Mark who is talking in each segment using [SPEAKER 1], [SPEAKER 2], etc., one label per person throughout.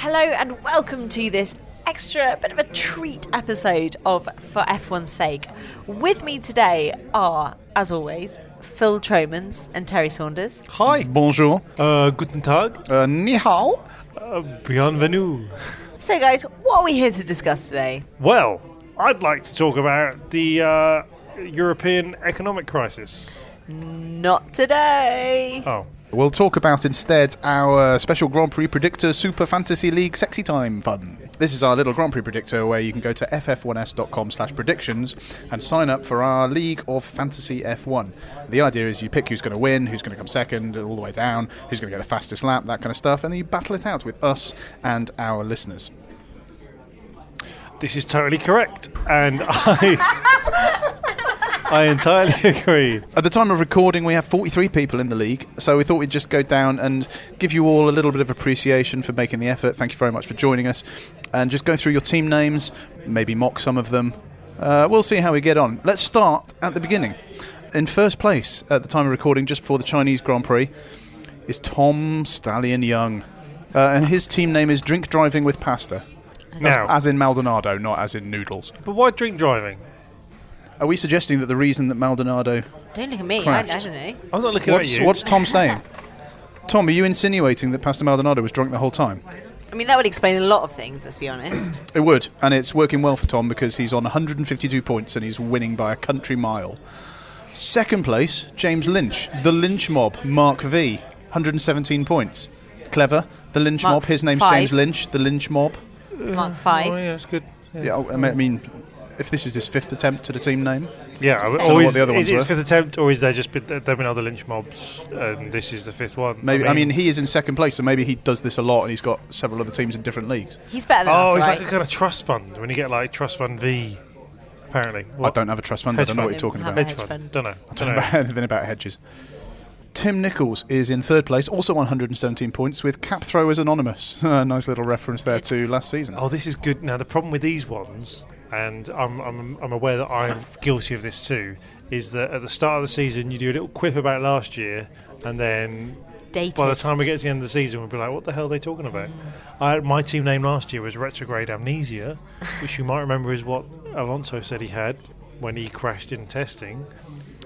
[SPEAKER 1] Hello and welcome to this extra bit of a treat episode of For F1's Sake. With me today are, as always, Phil Tromans and Terry Saunders.
[SPEAKER 2] Hi.
[SPEAKER 3] Bonjour.
[SPEAKER 2] Uh, guten Tag.
[SPEAKER 3] Uh, ni hao.
[SPEAKER 2] Uh, bienvenue.
[SPEAKER 1] So, guys, what are we here to discuss today?
[SPEAKER 2] Well, I'd like to talk about the uh, European economic crisis.
[SPEAKER 1] Not today.
[SPEAKER 2] Oh.
[SPEAKER 3] We'll talk about instead our special Grand Prix predictor Super Fantasy League Sexy Time Fun. This is our little Grand Prix predictor where you can go to ff1s.com slash predictions and sign up for our League of Fantasy F1. The idea is you pick who's going to win, who's going to come second, all the way down, who's going to get the fastest lap, that kind of stuff, and then you battle it out with us and our listeners.
[SPEAKER 2] This is totally correct. And I. I entirely agree.
[SPEAKER 3] At the time of recording, we have 43 people in the league, so we thought we'd just go down and give you all a little bit of appreciation for making the effort. Thank you very much for joining us. And just go through your team names, maybe mock some of them. Uh, we'll see how we get on. Let's start at the beginning. In first place at the time of recording, just before the Chinese Grand Prix, is Tom Stallion Young. Uh, and his team name is Drink Driving with Pasta.
[SPEAKER 2] Now,
[SPEAKER 3] As in Maldonado, not as in noodles.
[SPEAKER 2] but why drink driving?
[SPEAKER 3] Are we suggesting that the reason that Maldonado
[SPEAKER 1] Don't look at me. I, I
[SPEAKER 3] Crashed.
[SPEAKER 1] don't know.
[SPEAKER 2] I'm not looking
[SPEAKER 3] What's,
[SPEAKER 2] at you.
[SPEAKER 3] what's Tom saying? Tom, are you insinuating that Pastor Maldonado was drunk the whole time?
[SPEAKER 1] I mean, that would explain a lot of things, let's be honest.
[SPEAKER 3] It would, and it's working well for Tom because he's on 152 points and he's winning by a country mile. Second place, James Lynch, the Lynch Mob, Mark V, 117 points. Clever, the Lynch
[SPEAKER 1] Mark
[SPEAKER 3] Mob. His name's
[SPEAKER 1] five.
[SPEAKER 3] James Lynch, the Lynch Mob.
[SPEAKER 1] Mark
[SPEAKER 2] Oh,
[SPEAKER 1] 5.
[SPEAKER 2] yeah, it's good.
[SPEAKER 3] Yeah, I mean- I mean, if this is his fifth attempt at a team name,
[SPEAKER 2] Yeah,
[SPEAKER 1] Don't know
[SPEAKER 2] or
[SPEAKER 3] what
[SPEAKER 2] is,
[SPEAKER 3] the other
[SPEAKER 2] is
[SPEAKER 3] ones
[SPEAKER 2] it
[SPEAKER 3] were.
[SPEAKER 2] his fifth attempt, or is there just been, there been other lynch mobs, and this is the fifth one?
[SPEAKER 3] maybe. I mean, he is in second place, so maybe he does this a lot, and he's got several other teams in different leagues.
[SPEAKER 1] He's better than
[SPEAKER 2] oh,
[SPEAKER 1] us,
[SPEAKER 2] it's
[SPEAKER 1] right?
[SPEAKER 2] like a kind of trust fund when you get like trust fund V. Apparently,
[SPEAKER 3] I
[SPEAKER 2] What?
[SPEAKER 3] don't have a trust fund. I
[SPEAKER 2] Hedge
[SPEAKER 3] don't know what you're talking
[SPEAKER 2] fund.
[SPEAKER 1] Have
[SPEAKER 3] about.
[SPEAKER 1] a
[SPEAKER 2] hedge
[SPEAKER 1] hedge
[SPEAKER 2] fund.
[SPEAKER 1] fund.
[SPEAKER 2] Don't know. Don't
[SPEAKER 3] Don't
[SPEAKER 2] know.
[SPEAKER 3] know anything about hedges. Tim Nichols is in third place, also 117 points, with Cap Throwers Anonymous. nice little reference there to last season.
[SPEAKER 2] Oh, this is good. Now, the problem with these ones, and I'm, I'm, I'm aware that I'm guilty of this too, is that at the start of the season, you do a little quip about last year, and then
[SPEAKER 1] Dated.
[SPEAKER 2] by the time we get to the end of the season, we'll be like, what the hell are they talking about? I, my team name last year was Retrograde Amnesia, which you might remember is what Alonso said he had when he crashed in testing.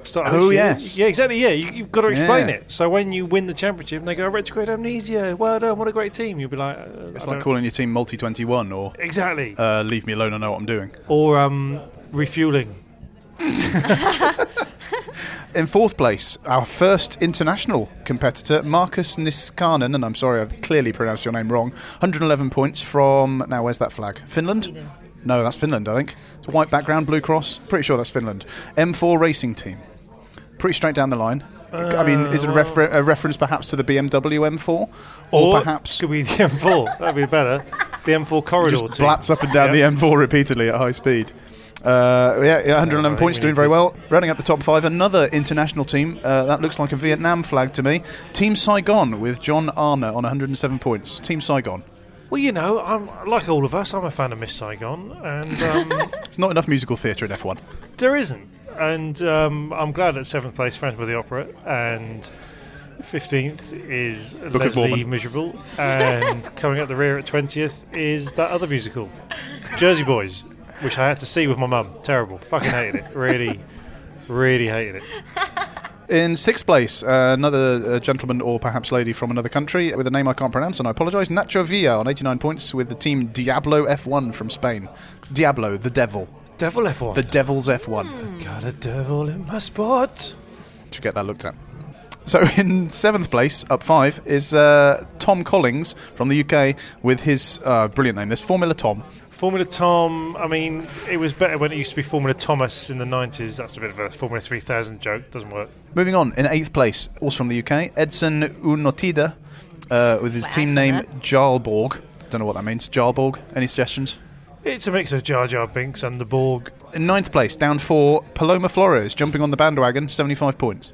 [SPEAKER 2] Start of
[SPEAKER 3] Oh,
[SPEAKER 2] this year-
[SPEAKER 3] yes.
[SPEAKER 2] Yeah, exactly. Yeah, you, you've got to explain
[SPEAKER 3] Yeah.
[SPEAKER 2] it. So when you win the championship, and they go retrograde amnesia. Well done, what a great team. You'll be like, uh,
[SPEAKER 3] it's
[SPEAKER 2] I
[SPEAKER 3] like
[SPEAKER 2] don't-
[SPEAKER 3] calling your team Multi 21 or
[SPEAKER 2] exactly.
[SPEAKER 3] uh, Leave Me Alone, I Know What I'm Doing.
[SPEAKER 2] or um, refueling.
[SPEAKER 3] In fourth place, our first international competitor, Marcus Niskanen, and I'm sorry, I've clearly pronounced your name wrong, 111 points from, now where's that flag? Finland? No, that's Finland, I think. It's a white background, blue cross. Pretty sure that's Finland. M4 Racing Team. Pretty straight down the line. I mean, is it a, refer- a reference perhaps to the BMW M4? Or, perhaps
[SPEAKER 2] could be the M4. That'd be better. The M4 corridor.
[SPEAKER 3] just
[SPEAKER 2] team.
[SPEAKER 3] blats up and down
[SPEAKER 2] Yeah.
[SPEAKER 3] the M4 repeatedly at high speed. Uh, yeah, yeah, 111
[SPEAKER 2] I
[SPEAKER 3] points,
[SPEAKER 2] think we
[SPEAKER 3] doing
[SPEAKER 2] need
[SPEAKER 3] very
[SPEAKER 2] this.
[SPEAKER 3] well. Rounding up the top five, another international team. Uh, that looks like a Vietnam flag to me. Team Saigon with John Armour on 107 points. Team Saigon.
[SPEAKER 2] Well, you know, I'm like all of us. I'm a fan of Miss Saigon, and um,
[SPEAKER 3] It's not enough musical theatre in F1.
[SPEAKER 2] there isn't. And um, I'm glad at seventh place, Friends with the Opera, and fifteenth is
[SPEAKER 3] of
[SPEAKER 2] Leslie
[SPEAKER 3] Mormon.
[SPEAKER 2] Miserable, and coming up the rear at twentieth is that other musical, Jersey Boys, which I had to see with my mum. Terrible, fucking hated it. Really, really hated it.
[SPEAKER 3] In sixth place, uh, another uh, gentleman or perhaps lady from another country with a name I can't pronounce, and I apologise. Nacho Villa on 89 points with the team Diablo F1 from Spain. Diablo, the devil.
[SPEAKER 2] Devil F1.
[SPEAKER 3] The devil's F1.
[SPEAKER 2] Got a devil in my sport.
[SPEAKER 3] Should get that looked at. So in seventh place, up five, is uh, Tom Collings from the UK with his uh, brilliant name. This Formula Tom.
[SPEAKER 2] Formula Tom, I mean, it was better when it used to be Formula Thomas in the 90s. That's a bit of a Formula 3000 joke. Doesn't work.
[SPEAKER 3] Moving on in eighth place, also from the UK, Edson Unotida uh, with his
[SPEAKER 4] Well,
[SPEAKER 3] team
[SPEAKER 4] that's
[SPEAKER 3] name
[SPEAKER 4] a bit.
[SPEAKER 3] Jarlborg. Don't know what that means. Jarlborg. Any suggestions?
[SPEAKER 2] It's a mix of Jar Jar Binks and the Borg.
[SPEAKER 3] In ninth place, down for Paloma Flores, jumping on the bandwagon, 75 points.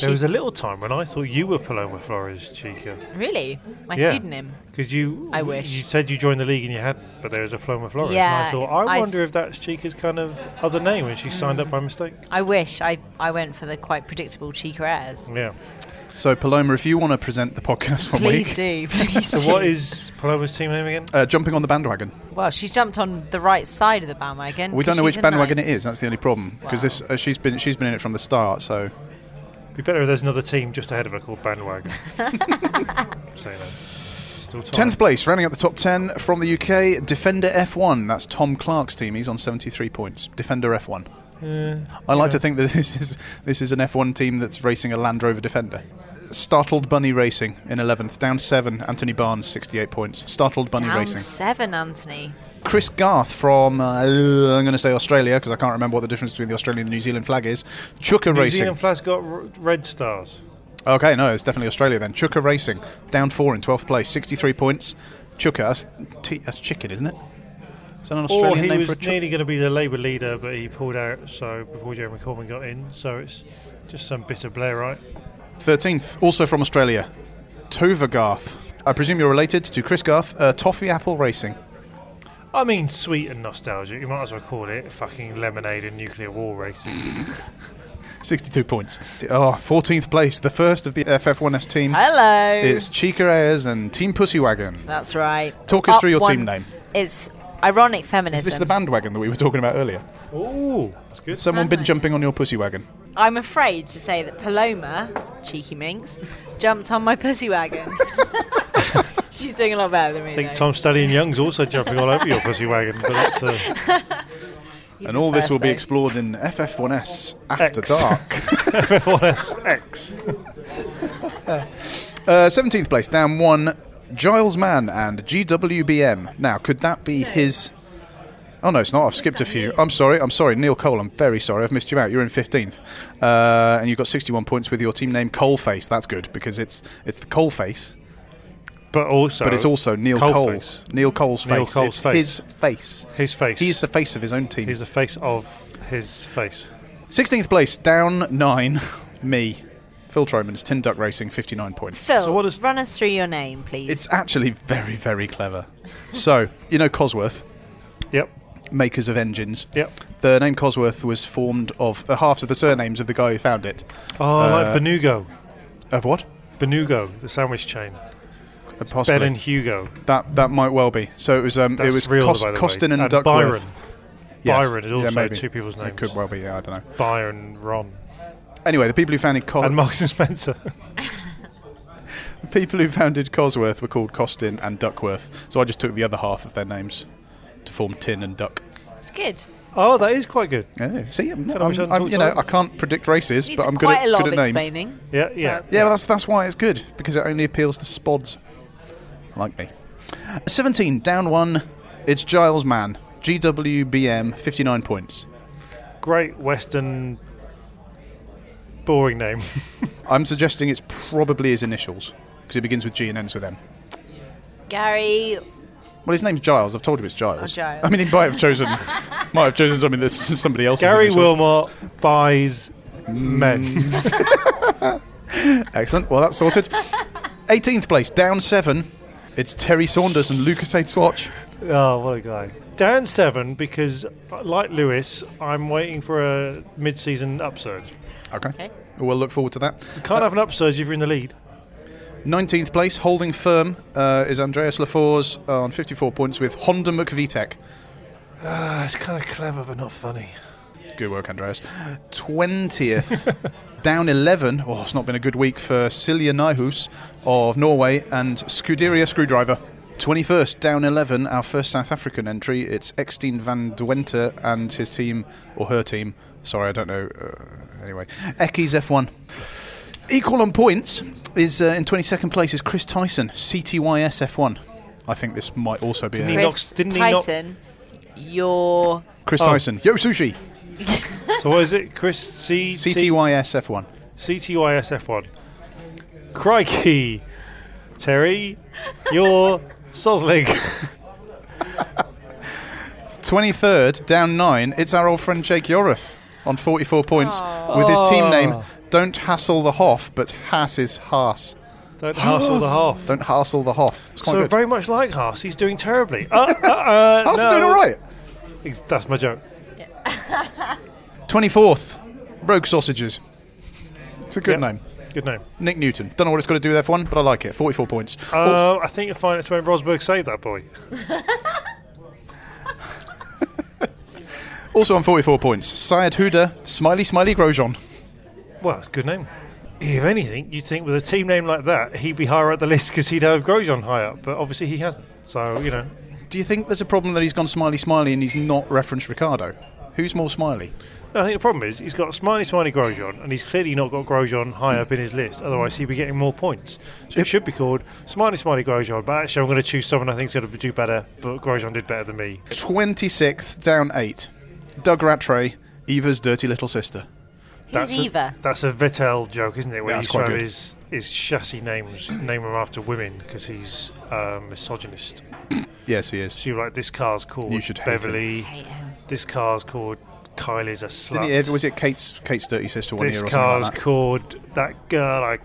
[SPEAKER 2] There was a little time when I thought you were Paloma Flores Chica.
[SPEAKER 1] Really? My
[SPEAKER 2] Yeah.
[SPEAKER 1] pseudonym.
[SPEAKER 2] Because you,
[SPEAKER 1] I wish.
[SPEAKER 2] you said you joined the league and you hadn't, but there was a Paloma Flores. and
[SPEAKER 1] Yeah,
[SPEAKER 2] I thought, I,
[SPEAKER 1] I
[SPEAKER 2] wonder
[SPEAKER 1] s-
[SPEAKER 2] if that's Chica's kind of other name, and she signed up by mistake.
[SPEAKER 1] I wish I, I went for the quite predictable Chica airs.
[SPEAKER 2] Yeah.
[SPEAKER 3] So, Paloma, if you want to present the podcast one
[SPEAKER 1] Please
[SPEAKER 3] Mm. week,
[SPEAKER 1] do, please
[SPEAKER 2] So
[SPEAKER 1] do.
[SPEAKER 2] what is Paloma's team name again?
[SPEAKER 3] Uh, jumping on the bandwagon.
[SPEAKER 1] well, she's jumped on the right side of the bandwagon.
[SPEAKER 3] We don't know which bandwagon it is. That's the only problem
[SPEAKER 1] Wow.
[SPEAKER 3] because this uh, she's been she's been in it from the start. So
[SPEAKER 2] Be better if there's another team just ahead of her called Bandwagon. Say that. Still time.
[SPEAKER 3] tenth place, rounding up the top ten from the UK, Defender F1. That's Tom Clark's team. He's on seventy three points. Defender F1. I like to think that this is this is an F1 team that's racing a Land Rover Defender. Startled Bunny Racing in eleventh, down seven. Anthony Barnes, sixty-eight points. Startled Bunny
[SPEAKER 1] Down
[SPEAKER 3] Racing.
[SPEAKER 1] seven, Anthony.
[SPEAKER 3] Chris Garth from uh, I'm going to say Australia because I can't remember what the difference between the Australian and the New Zealand flag is. Chukka
[SPEAKER 2] New
[SPEAKER 3] Racing.
[SPEAKER 2] Zealand flag's got r- red stars.
[SPEAKER 3] Okay, no, it's definitely Australia then. Chukka Racing, down four in 12th place, 63 points. Chukka, that's, t- that's chicken, isn't it? Is that an
[SPEAKER 2] or
[SPEAKER 3] Australian
[SPEAKER 2] Oh, he
[SPEAKER 3] name
[SPEAKER 2] was
[SPEAKER 3] for a chicken?
[SPEAKER 2] nearly going to be the Labour leader, but he pulled out. So before Jeremy Corbyn got in, so it's just some bitter Blairite.
[SPEAKER 3] 13th, also from Australia, Tova Garth. I presume you're related to Chris Garth, uh, Toffee Apple Racing.
[SPEAKER 2] I mean, sweet and nostalgic. You might as well call it fucking lemonade and nuclear war races.
[SPEAKER 3] 62 points. Oh, 14th place, the first of the FF1S team.
[SPEAKER 1] Hello.
[SPEAKER 3] It's Chica Reyes and Team Pussy Wagon.
[SPEAKER 1] That's right.
[SPEAKER 3] Talk us
[SPEAKER 1] Up
[SPEAKER 3] through your team
[SPEAKER 1] one-
[SPEAKER 3] name.
[SPEAKER 1] It's ironic feminism.
[SPEAKER 3] Is this the bandwagon that we were talking about earlier?
[SPEAKER 2] Ooh, that's good.
[SPEAKER 3] Someone been
[SPEAKER 1] Bandwagon.
[SPEAKER 3] jumping on your pussy wagon?
[SPEAKER 1] I'm afraid to say that Paloma, cheeky minx, jumped on my pussy wagon. She's doing a lot better than me.
[SPEAKER 2] I think
[SPEAKER 1] though.
[SPEAKER 2] Tom Stallion Young's also jumping all over your pussy wagon. But that's, uh,
[SPEAKER 1] He's
[SPEAKER 3] and all this
[SPEAKER 1] impressed,
[SPEAKER 3] will be
[SPEAKER 1] though.
[SPEAKER 3] explored in FF1S After
[SPEAKER 2] X.
[SPEAKER 3] Dark.
[SPEAKER 2] X.
[SPEAKER 3] Uh, 17th place, down one, Giles Mann and GWBM. Now, could that be his. Oh, no, it's not. I've skipped a few. I'm sorry. I'm sorry. Neil Cole, I'm very sorry. I've missed you out. You're in 15th. Uh, and you've got 61 points with your team name Coleface. That's good because it's it's the Coleface,
[SPEAKER 2] But also,
[SPEAKER 3] but it's also Neil Cole.
[SPEAKER 2] Coleface.
[SPEAKER 3] Neil Cole's
[SPEAKER 2] Neil
[SPEAKER 3] face.
[SPEAKER 2] Cole's
[SPEAKER 3] it's
[SPEAKER 2] face.
[SPEAKER 3] his face.
[SPEAKER 2] His face.
[SPEAKER 3] He's the face of his own team.
[SPEAKER 2] He's the face of his face.
[SPEAKER 3] 16th place, down nine, me. Phil Troman's Tin Duck Racing, 59 points.
[SPEAKER 1] Phil,
[SPEAKER 2] So what is-
[SPEAKER 1] run us through your name, please.
[SPEAKER 3] It's actually very, very clever. so, you know Cosworth,
[SPEAKER 2] Yep.
[SPEAKER 3] makers of engines.
[SPEAKER 2] Yep.
[SPEAKER 3] The name Cosworth was formed of the halves of the surnames of the guy who found it.
[SPEAKER 2] Oh,
[SPEAKER 3] Uh,
[SPEAKER 2] like Benugo.
[SPEAKER 3] Of what?
[SPEAKER 2] Benugo, the sandwich chain.
[SPEAKER 3] Uh, Possibly.
[SPEAKER 2] Ben and Hugo.
[SPEAKER 3] That that might well be. So it was um
[SPEAKER 2] That's
[SPEAKER 3] it was
[SPEAKER 2] real,
[SPEAKER 3] Cos-
[SPEAKER 2] by the
[SPEAKER 3] Costin
[SPEAKER 2] way.
[SPEAKER 3] and,
[SPEAKER 2] Byron.
[SPEAKER 3] Duckworth. Yes.
[SPEAKER 2] Byron is
[SPEAKER 3] Yeah,
[SPEAKER 2] also
[SPEAKER 3] maybe.
[SPEAKER 2] two people's names.
[SPEAKER 3] It could well be. Yeah, I don't know.
[SPEAKER 2] Byron, Ron,
[SPEAKER 3] Anyway, the people who founded Co-
[SPEAKER 2] and Marks and Spencer.
[SPEAKER 3] the people who founded Cosworth were called Costin and Duckworth. So I just took the other half of their names to form Tin and Duck.
[SPEAKER 1] It's good.
[SPEAKER 2] oh, that is quite good.
[SPEAKER 3] Yeah, see, I'm,
[SPEAKER 2] I
[SPEAKER 3] I'm,
[SPEAKER 2] wish I'd
[SPEAKER 3] I'm-
[SPEAKER 2] talked
[SPEAKER 3] you
[SPEAKER 2] to
[SPEAKER 3] know,
[SPEAKER 2] her.
[SPEAKER 3] I can't predict races,
[SPEAKER 1] Needs
[SPEAKER 3] but I'm good
[SPEAKER 1] quite
[SPEAKER 3] at,
[SPEAKER 1] a lot
[SPEAKER 3] good
[SPEAKER 1] of
[SPEAKER 3] at names.
[SPEAKER 1] explaining.
[SPEAKER 2] Yeah, yeah.
[SPEAKER 3] Yeah, well, that's that's why it's good because it only appeals to spods like me. Seventeen down one. It's Giles Mann, GWBM, fifty-nine points.
[SPEAKER 2] Great Western. Boring name.
[SPEAKER 3] I'm suggesting it's probably his initials because it begins with G and ends with M.
[SPEAKER 1] Gary,
[SPEAKER 3] Well, his name's Giles. I've told you it's Giles.
[SPEAKER 1] Oh, Giles.
[SPEAKER 3] I mean, he might have chosen, might have chosen something that's somebody else's.
[SPEAKER 2] Gary
[SPEAKER 3] initials.
[SPEAKER 2] Wilmot buys
[SPEAKER 3] Mm.
[SPEAKER 2] men.
[SPEAKER 3] Excellent. Well, that's sorted. Eighteenth place, down seven. It's Terry Saunders and Lucas Aid Swatch.
[SPEAKER 2] Oh, what a guy. Down seven because, like Lewis, I'm waiting for a mid season upsurge.
[SPEAKER 3] Okay. We'll look forward to that.
[SPEAKER 2] Can't have an upsurge if you're in the lead.
[SPEAKER 3] 19th place, holding firm, uh, is Andreas Lafors on 54 points with Honda McVitech.
[SPEAKER 2] Ah, it's kind of clever but not funny.
[SPEAKER 3] Good work, Andreas. 20th down 11. Oh, it's not been a good week for Silja Nyhus of Norway and Scuderia Screwdriver. 21st, down 11, our first South African entry. It's Extine van Duenter and his team, or her team. Sorry, I don't know. Uh, anyway, Ekis F1. Equal on points is uh, in 22nd place is Chris Tyson, CTYS F1. I think this might also be
[SPEAKER 2] Didn't
[SPEAKER 3] a
[SPEAKER 2] he
[SPEAKER 1] Chris
[SPEAKER 2] knocks- didn't he knock-
[SPEAKER 1] Tyson, your
[SPEAKER 3] Chris
[SPEAKER 2] Oh.
[SPEAKER 3] Tyson. Yo Sushi,
[SPEAKER 2] So what is it, Chris? C T
[SPEAKER 3] CTYS F1.
[SPEAKER 2] CTYSF1. Crikey, Terry, you're Sosling.
[SPEAKER 3] 23rd, down 9, it's our old friend Jake Yorath on 44 points with his team name Don't Hassle the Hoff, but Hass is Haas.
[SPEAKER 2] Don't hassle the half.
[SPEAKER 3] Don't Hassle the Hoff. It's quite
[SPEAKER 2] So
[SPEAKER 3] good.
[SPEAKER 2] very much like Haas, he's doing terribly. Uh, uh, uh,
[SPEAKER 3] Haas is
[SPEAKER 2] no.
[SPEAKER 3] doing all right.
[SPEAKER 2] Ex- That's my joke.
[SPEAKER 3] 24th, Rogue Sausages. It's a good
[SPEAKER 2] Yep.
[SPEAKER 3] name.
[SPEAKER 2] Good name.
[SPEAKER 3] Nick Newton. Don't know what it's got to do with F1, but I like it. 44 points.
[SPEAKER 2] Uh, I think you'll find it's when Rosberg saved that boy.
[SPEAKER 3] Also on 44 points, Syed Huda, Smiley Smiley Grosjean.
[SPEAKER 2] Well, it's a good name. If anything, you'd think with a team name like that, he'd be higher up the list because he'd have Grosjean high up, but obviously he hasn't. So, you know,
[SPEAKER 3] Do you think there's a problem that he's gone Smiley Smiley and he's not referenced Ricardo? Who's more smiley?
[SPEAKER 2] No, I think the problem is he's got Smiley Smiley Grosjean, and he's clearly not got Grosjean high up in his list. Otherwise, he'd be getting more points. So it should be called Smiley Smiley Grosjean. But actually, I'm going to choose someone I think's going to do better. But Grosjean did better than me.
[SPEAKER 3] 26th, down 8. Doug Rattray, Eva's dirty little sister.
[SPEAKER 1] who's Eva?
[SPEAKER 2] A, that's a Vettel joke, isn't it? Where
[SPEAKER 3] Yeah,
[SPEAKER 2] he's
[SPEAKER 3] that's quite
[SPEAKER 2] trying
[SPEAKER 3] good.
[SPEAKER 2] his his chassis names name them after women because he's a misogynist.
[SPEAKER 3] Yes, he is.
[SPEAKER 2] So you're like, this car's called
[SPEAKER 3] You should hate him.
[SPEAKER 2] Beverly.
[SPEAKER 1] hate him.
[SPEAKER 2] This car's called Kylie's a slut.
[SPEAKER 3] Didn't he, Eva- was it Kate's Kate's dirty sister one
[SPEAKER 2] this
[SPEAKER 3] year or
[SPEAKER 2] car's
[SPEAKER 3] something like that?
[SPEAKER 2] called that girl I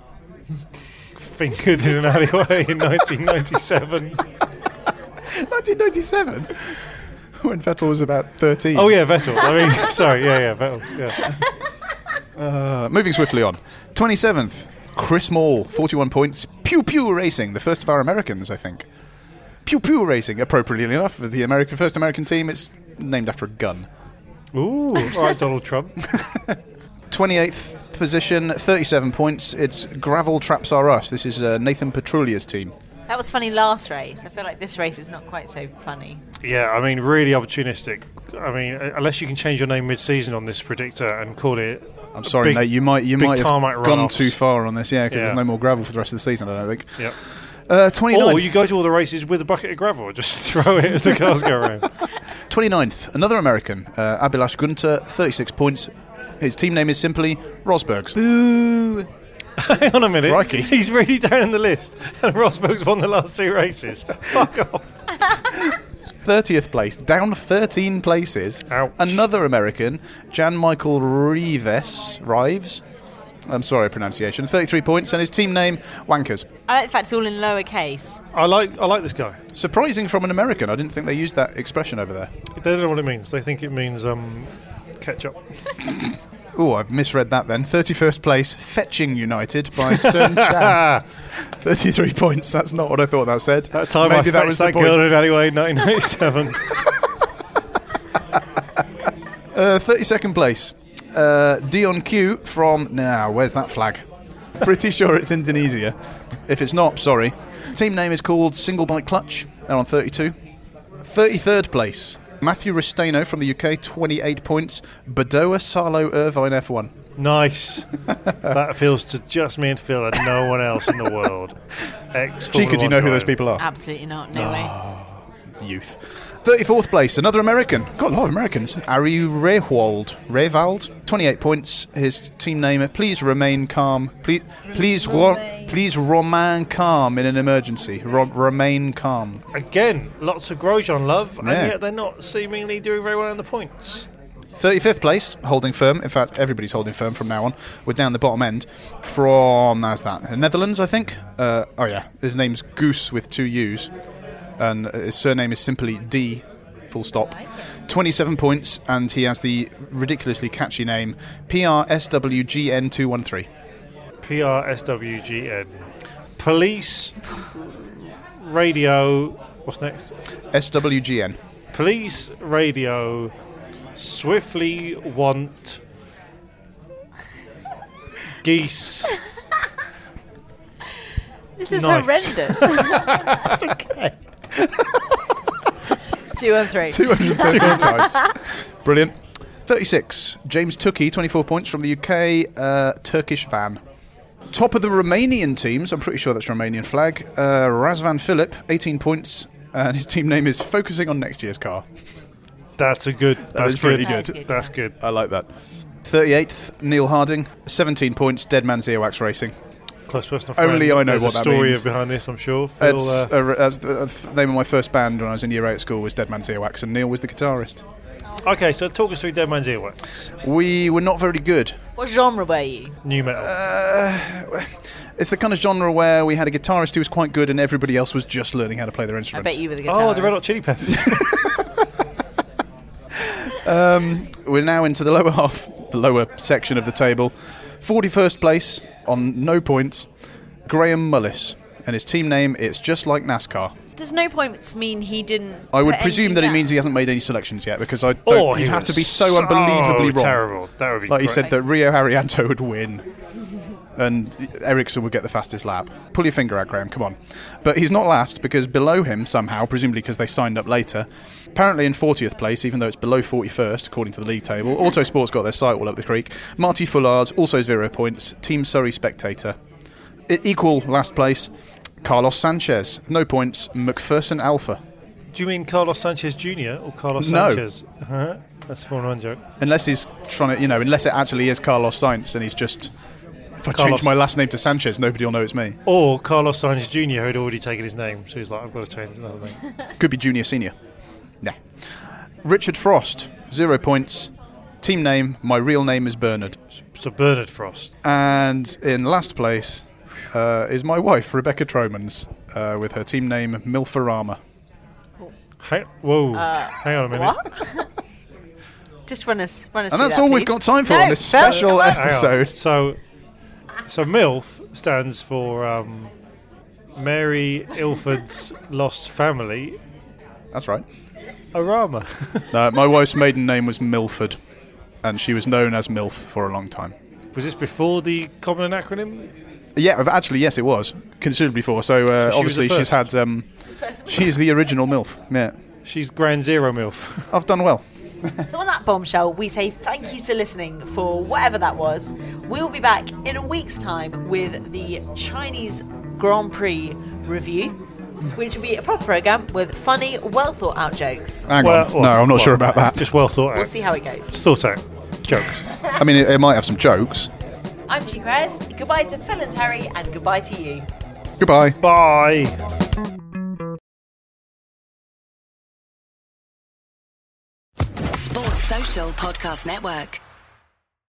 [SPEAKER 2] fingered in an alleyway in 1997.
[SPEAKER 3] 1997? When Vettel was about 13.
[SPEAKER 2] oh yeah, Vettel. I mean, sorry, yeah, yeah, Vettel. Yeah.
[SPEAKER 3] Uh, moving swiftly on. 27th, Chris Mall, 41 points. Pew Pew Racing, the first of our Americans, I think. Pew Pew Racing, appropriately enough, for the American first American team, it's named after a gun.
[SPEAKER 2] Ooh, all right, Donald Trump.
[SPEAKER 3] 28th position, 37 points. It's Gravel Traps Are Us. This is uh, Nathan Petrulia's team.
[SPEAKER 1] That was funny last race. I feel like this race is not quite so funny.
[SPEAKER 2] Yeah, I mean, really opportunistic. I mean, uh, unless you can change your name mid-season on this predictor and call it.
[SPEAKER 3] I'm sorry,
[SPEAKER 2] big,
[SPEAKER 3] Nate. You might you
[SPEAKER 2] big
[SPEAKER 3] might have
[SPEAKER 2] tarmac
[SPEAKER 3] gone
[SPEAKER 2] runoffs.
[SPEAKER 3] too far on this, yeah, because
[SPEAKER 2] Yeah.
[SPEAKER 3] there's no more gravel for the rest of the season. I don't think.
[SPEAKER 2] Yep.
[SPEAKER 3] Uh, 29th.
[SPEAKER 2] Or you go to all the races with a bucket of gravel, just throw it as the cars go around.
[SPEAKER 3] 29th. Another American, uh, Abilash Gunter, 36 points. His team name is simply Rosbergs.
[SPEAKER 2] Hang on a minute.
[SPEAKER 3] Crikey.
[SPEAKER 2] He's really down in the list, and Rosberg's won the last two races. Fuck off.
[SPEAKER 3] 30th place, down 13 places.
[SPEAKER 2] Ouch.
[SPEAKER 3] Another American, Jan Michael Rives. Rives. I'm sorry, pronunciation. 33 points, and his team name, Wankers.
[SPEAKER 1] I like the fact it's all in lowercase.
[SPEAKER 2] I like, I like this guy.
[SPEAKER 3] Surprising from an American. I didn't think they used that expression over there.
[SPEAKER 2] They don't know what it means. They think it means um, ketchup.
[SPEAKER 3] Oh, I've misread that then. 31st place, Fetching United by Sun Chan. 33 points. That's not what I thought that said.
[SPEAKER 2] That time
[SPEAKER 3] Maybe
[SPEAKER 2] I
[SPEAKER 3] that was the
[SPEAKER 2] that
[SPEAKER 3] point.
[SPEAKER 2] girl in alleyway 1997.
[SPEAKER 3] Uh, 32nd place, uh, Dion Q from. Now, where's that flag? Pretty sure it's Indonesia. If it's not, sorry. Team name is called Single Bike Clutch. They're on 32. 33rd place, Matthew Restaino from the UK, 28 points. Badoa Salo Irvine F1.
[SPEAKER 2] nice. That appeals to just me and Phil and no one else in the world. Ex.
[SPEAKER 3] Chica, do you know who those people are?
[SPEAKER 1] Absolutely not. No
[SPEAKER 3] Ah,
[SPEAKER 1] way.
[SPEAKER 3] Youth. 34th place, another American. Got a lot of Americans. Ari Rehwald. Rehwald, 28 points. His team name, please remain calm. Please, please, ro- please remain calm in an emergency. Ro- remain calm.
[SPEAKER 2] Again, lots of Grosjean love,
[SPEAKER 3] Yeah.
[SPEAKER 2] and yet they're not seemingly doing very well in the points.
[SPEAKER 3] 35th place, holding firm. In fact, everybody's holding firm from now on. We're down the bottom end from, how's that? Netherlands, I think. Uh, oh, yeah. His name's Goose with two U's. And his surname is simply D, full stop. 27 points, and he has the ridiculously catchy name PRSWGN213.
[SPEAKER 2] P R S W G N. Police. Radio. What's next?
[SPEAKER 3] SWGN.
[SPEAKER 2] Police radio swiftly want geese.
[SPEAKER 1] This is
[SPEAKER 2] Knifed.
[SPEAKER 1] horrendous. That's okay. Two and three.
[SPEAKER 3] 213 times. Brilliant. 36. James Tookie, 24 points from the UK, uh, Turkish fan. Top of the Romanian teams, I'm pretty sure that's Romanian flag. Uh, Razvan Filip, 18 points, and his team name is Focusing on Next Year's Car.
[SPEAKER 2] That's a good. that's
[SPEAKER 3] is pretty
[SPEAKER 1] good. good.
[SPEAKER 2] That's good.
[SPEAKER 5] I like that.
[SPEAKER 3] 38th, Neil Harding, 17 points, Dead Man's Earwax Racing.
[SPEAKER 2] Close personal friend.
[SPEAKER 3] Only I know
[SPEAKER 2] There's
[SPEAKER 3] what
[SPEAKER 2] a
[SPEAKER 3] that
[SPEAKER 2] story
[SPEAKER 3] means.
[SPEAKER 2] behind this, I'm sure. Phil,
[SPEAKER 3] That's,
[SPEAKER 2] uh,
[SPEAKER 3] uh, that's the uh, f- name of my first band when I was in year 8 at school was Dead Man's Earwax, and Neil was the guitarist. uh,
[SPEAKER 2] okay, so talk us through Dead Man's Earwax.
[SPEAKER 3] We were not very good.
[SPEAKER 1] What genre were you?
[SPEAKER 2] New metal.
[SPEAKER 3] Uh, It's the kind of genre where we had a guitarist who was quite good and everybody else was just learning how to play their
[SPEAKER 1] I
[SPEAKER 3] instrument.
[SPEAKER 1] bet you were the guitarist.
[SPEAKER 2] oh, the Red Hot Chili Peppers.
[SPEAKER 3] We're now into the lower half, the lower section of the table. 41st place on no points, Graham Mullis. And his team name, it's just like NASCAR.
[SPEAKER 1] Does no points mean he didn't?
[SPEAKER 3] I would
[SPEAKER 1] put
[SPEAKER 3] presume
[SPEAKER 1] anything
[SPEAKER 3] that he
[SPEAKER 1] down?
[SPEAKER 3] means he hasn't made any selections yet because I don't.
[SPEAKER 2] oh, he
[SPEAKER 3] you'd have
[SPEAKER 2] was
[SPEAKER 3] to be so, unbelievably wrong.
[SPEAKER 2] Terrible. That would be.
[SPEAKER 3] Like he
[SPEAKER 2] great.
[SPEAKER 3] said that Rio Arianto would win and Ericsson would get the fastest lap. Pull your finger out, Graham, come on. But he's not last because below him, somehow, presumably because they signed up later, apparently in 40th place, even though it's below 41st, according to the league table, Autosport's got their sight all up the creek. Marty Fullards, also zero points. Team Surrey Spectator. E- equal last place, Carlos Sanchez, no points. McPherson Alpha.
[SPEAKER 2] Do you mean Carlos Sanchez Jr. or Carlos
[SPEAKER 3] No.
[SPEAKER 2] Sanchez? Huh? That's a four-in-one joke.
[SPEAKER 3] Unless he's trying to, you know, unless it actually is Carlos Sainz and he's just. If I
[SPEAKER 2] Carlos.
[SPEAKER 3] change my last name to Sanchez, nobody will know it's me.
[SPEAKER 2] Or Carlos Sanchez Jr. had already taken his name, so he's like, I've got to change another name.
[SPEAKER 3] Could be junior, senior. Nah. Richard Frost, zero points. Team name, my real name is Bernard.
[SPEAKER 2] so Bernard Frost.
[SPEAKER 3] And in last place uh, is my wife, Rebecca Tromans, uh, with her team name, Milforama.
[SPEAKER 2] Hang, whoa! hang on a minute.
[SPEAKER 1] Uh, What? Just run us, run us.
[SPEAKER 3] And
[SPEAKER 1] through
[SPEAKER 3] that's
[SPEAKER 1] that,
[SPEAKER 3] all
[SPEAKER 1] please.
[SPEAKER 3] we've got time for
[SPEAKER 1] No,
[SPEAKER 3] on this
[SPEAKER 1] Phil,
[SPEAKER 3] special
[SPEAKER 1] come on.
[SPEAKER 2] Hang on.
[SPEAKER 3] episode.
[SPEAKER 2] So, so MILF stands for um, Mary Ilford's lost family,
[SPEAKER 3] That's right.
[SPEAKER 2] Arama.
[SPEAKER 3] No, my wife's maiden name was Milford, and she was known as MILF for a long time.
[SPEAKER 2] Was this before the common acronym?
[SPEAKER 3] Yeah, actually, yes, it was considerably before. So uh,
[SPEAKER 2] the
[SPEAKER 3] obviously, she's
[SPEAKER 2] first.
[SPEAKER 3] had. Um, she's the original MILF. Yeah,
[SPEAKER 2] She's Grand Zero MILF.
[SPEAKER 3] I've done well.
[SPEAKER 1] So on that bombshell, we say thank you to listening for whatever that was. We will be back in a week's time with the Chinese Grand Prix review, which will be a proper program with funny, well thought out jokes.
[SPEAKER 3] Hang on. no, I'm not sure about that.
[SPEAKER 2] Just well thought
[SPEAKER 1] We'll
[SPEAKER 2] out.
[SPEAKER 1] see how it goes.
[SPEAKER 2] Thought out. Jokes.
[SPEAKER 3] I mean, it, it might have some jokes.
[SPEAKER 1] I'm G. Crest. Goodbye to Phil and Terry, and goodbye to you.
[SPEAKER 3] Goodbye.
[SPEAKER 2] Bye.
[SPEAKER 6] Sports Social Podcast Network.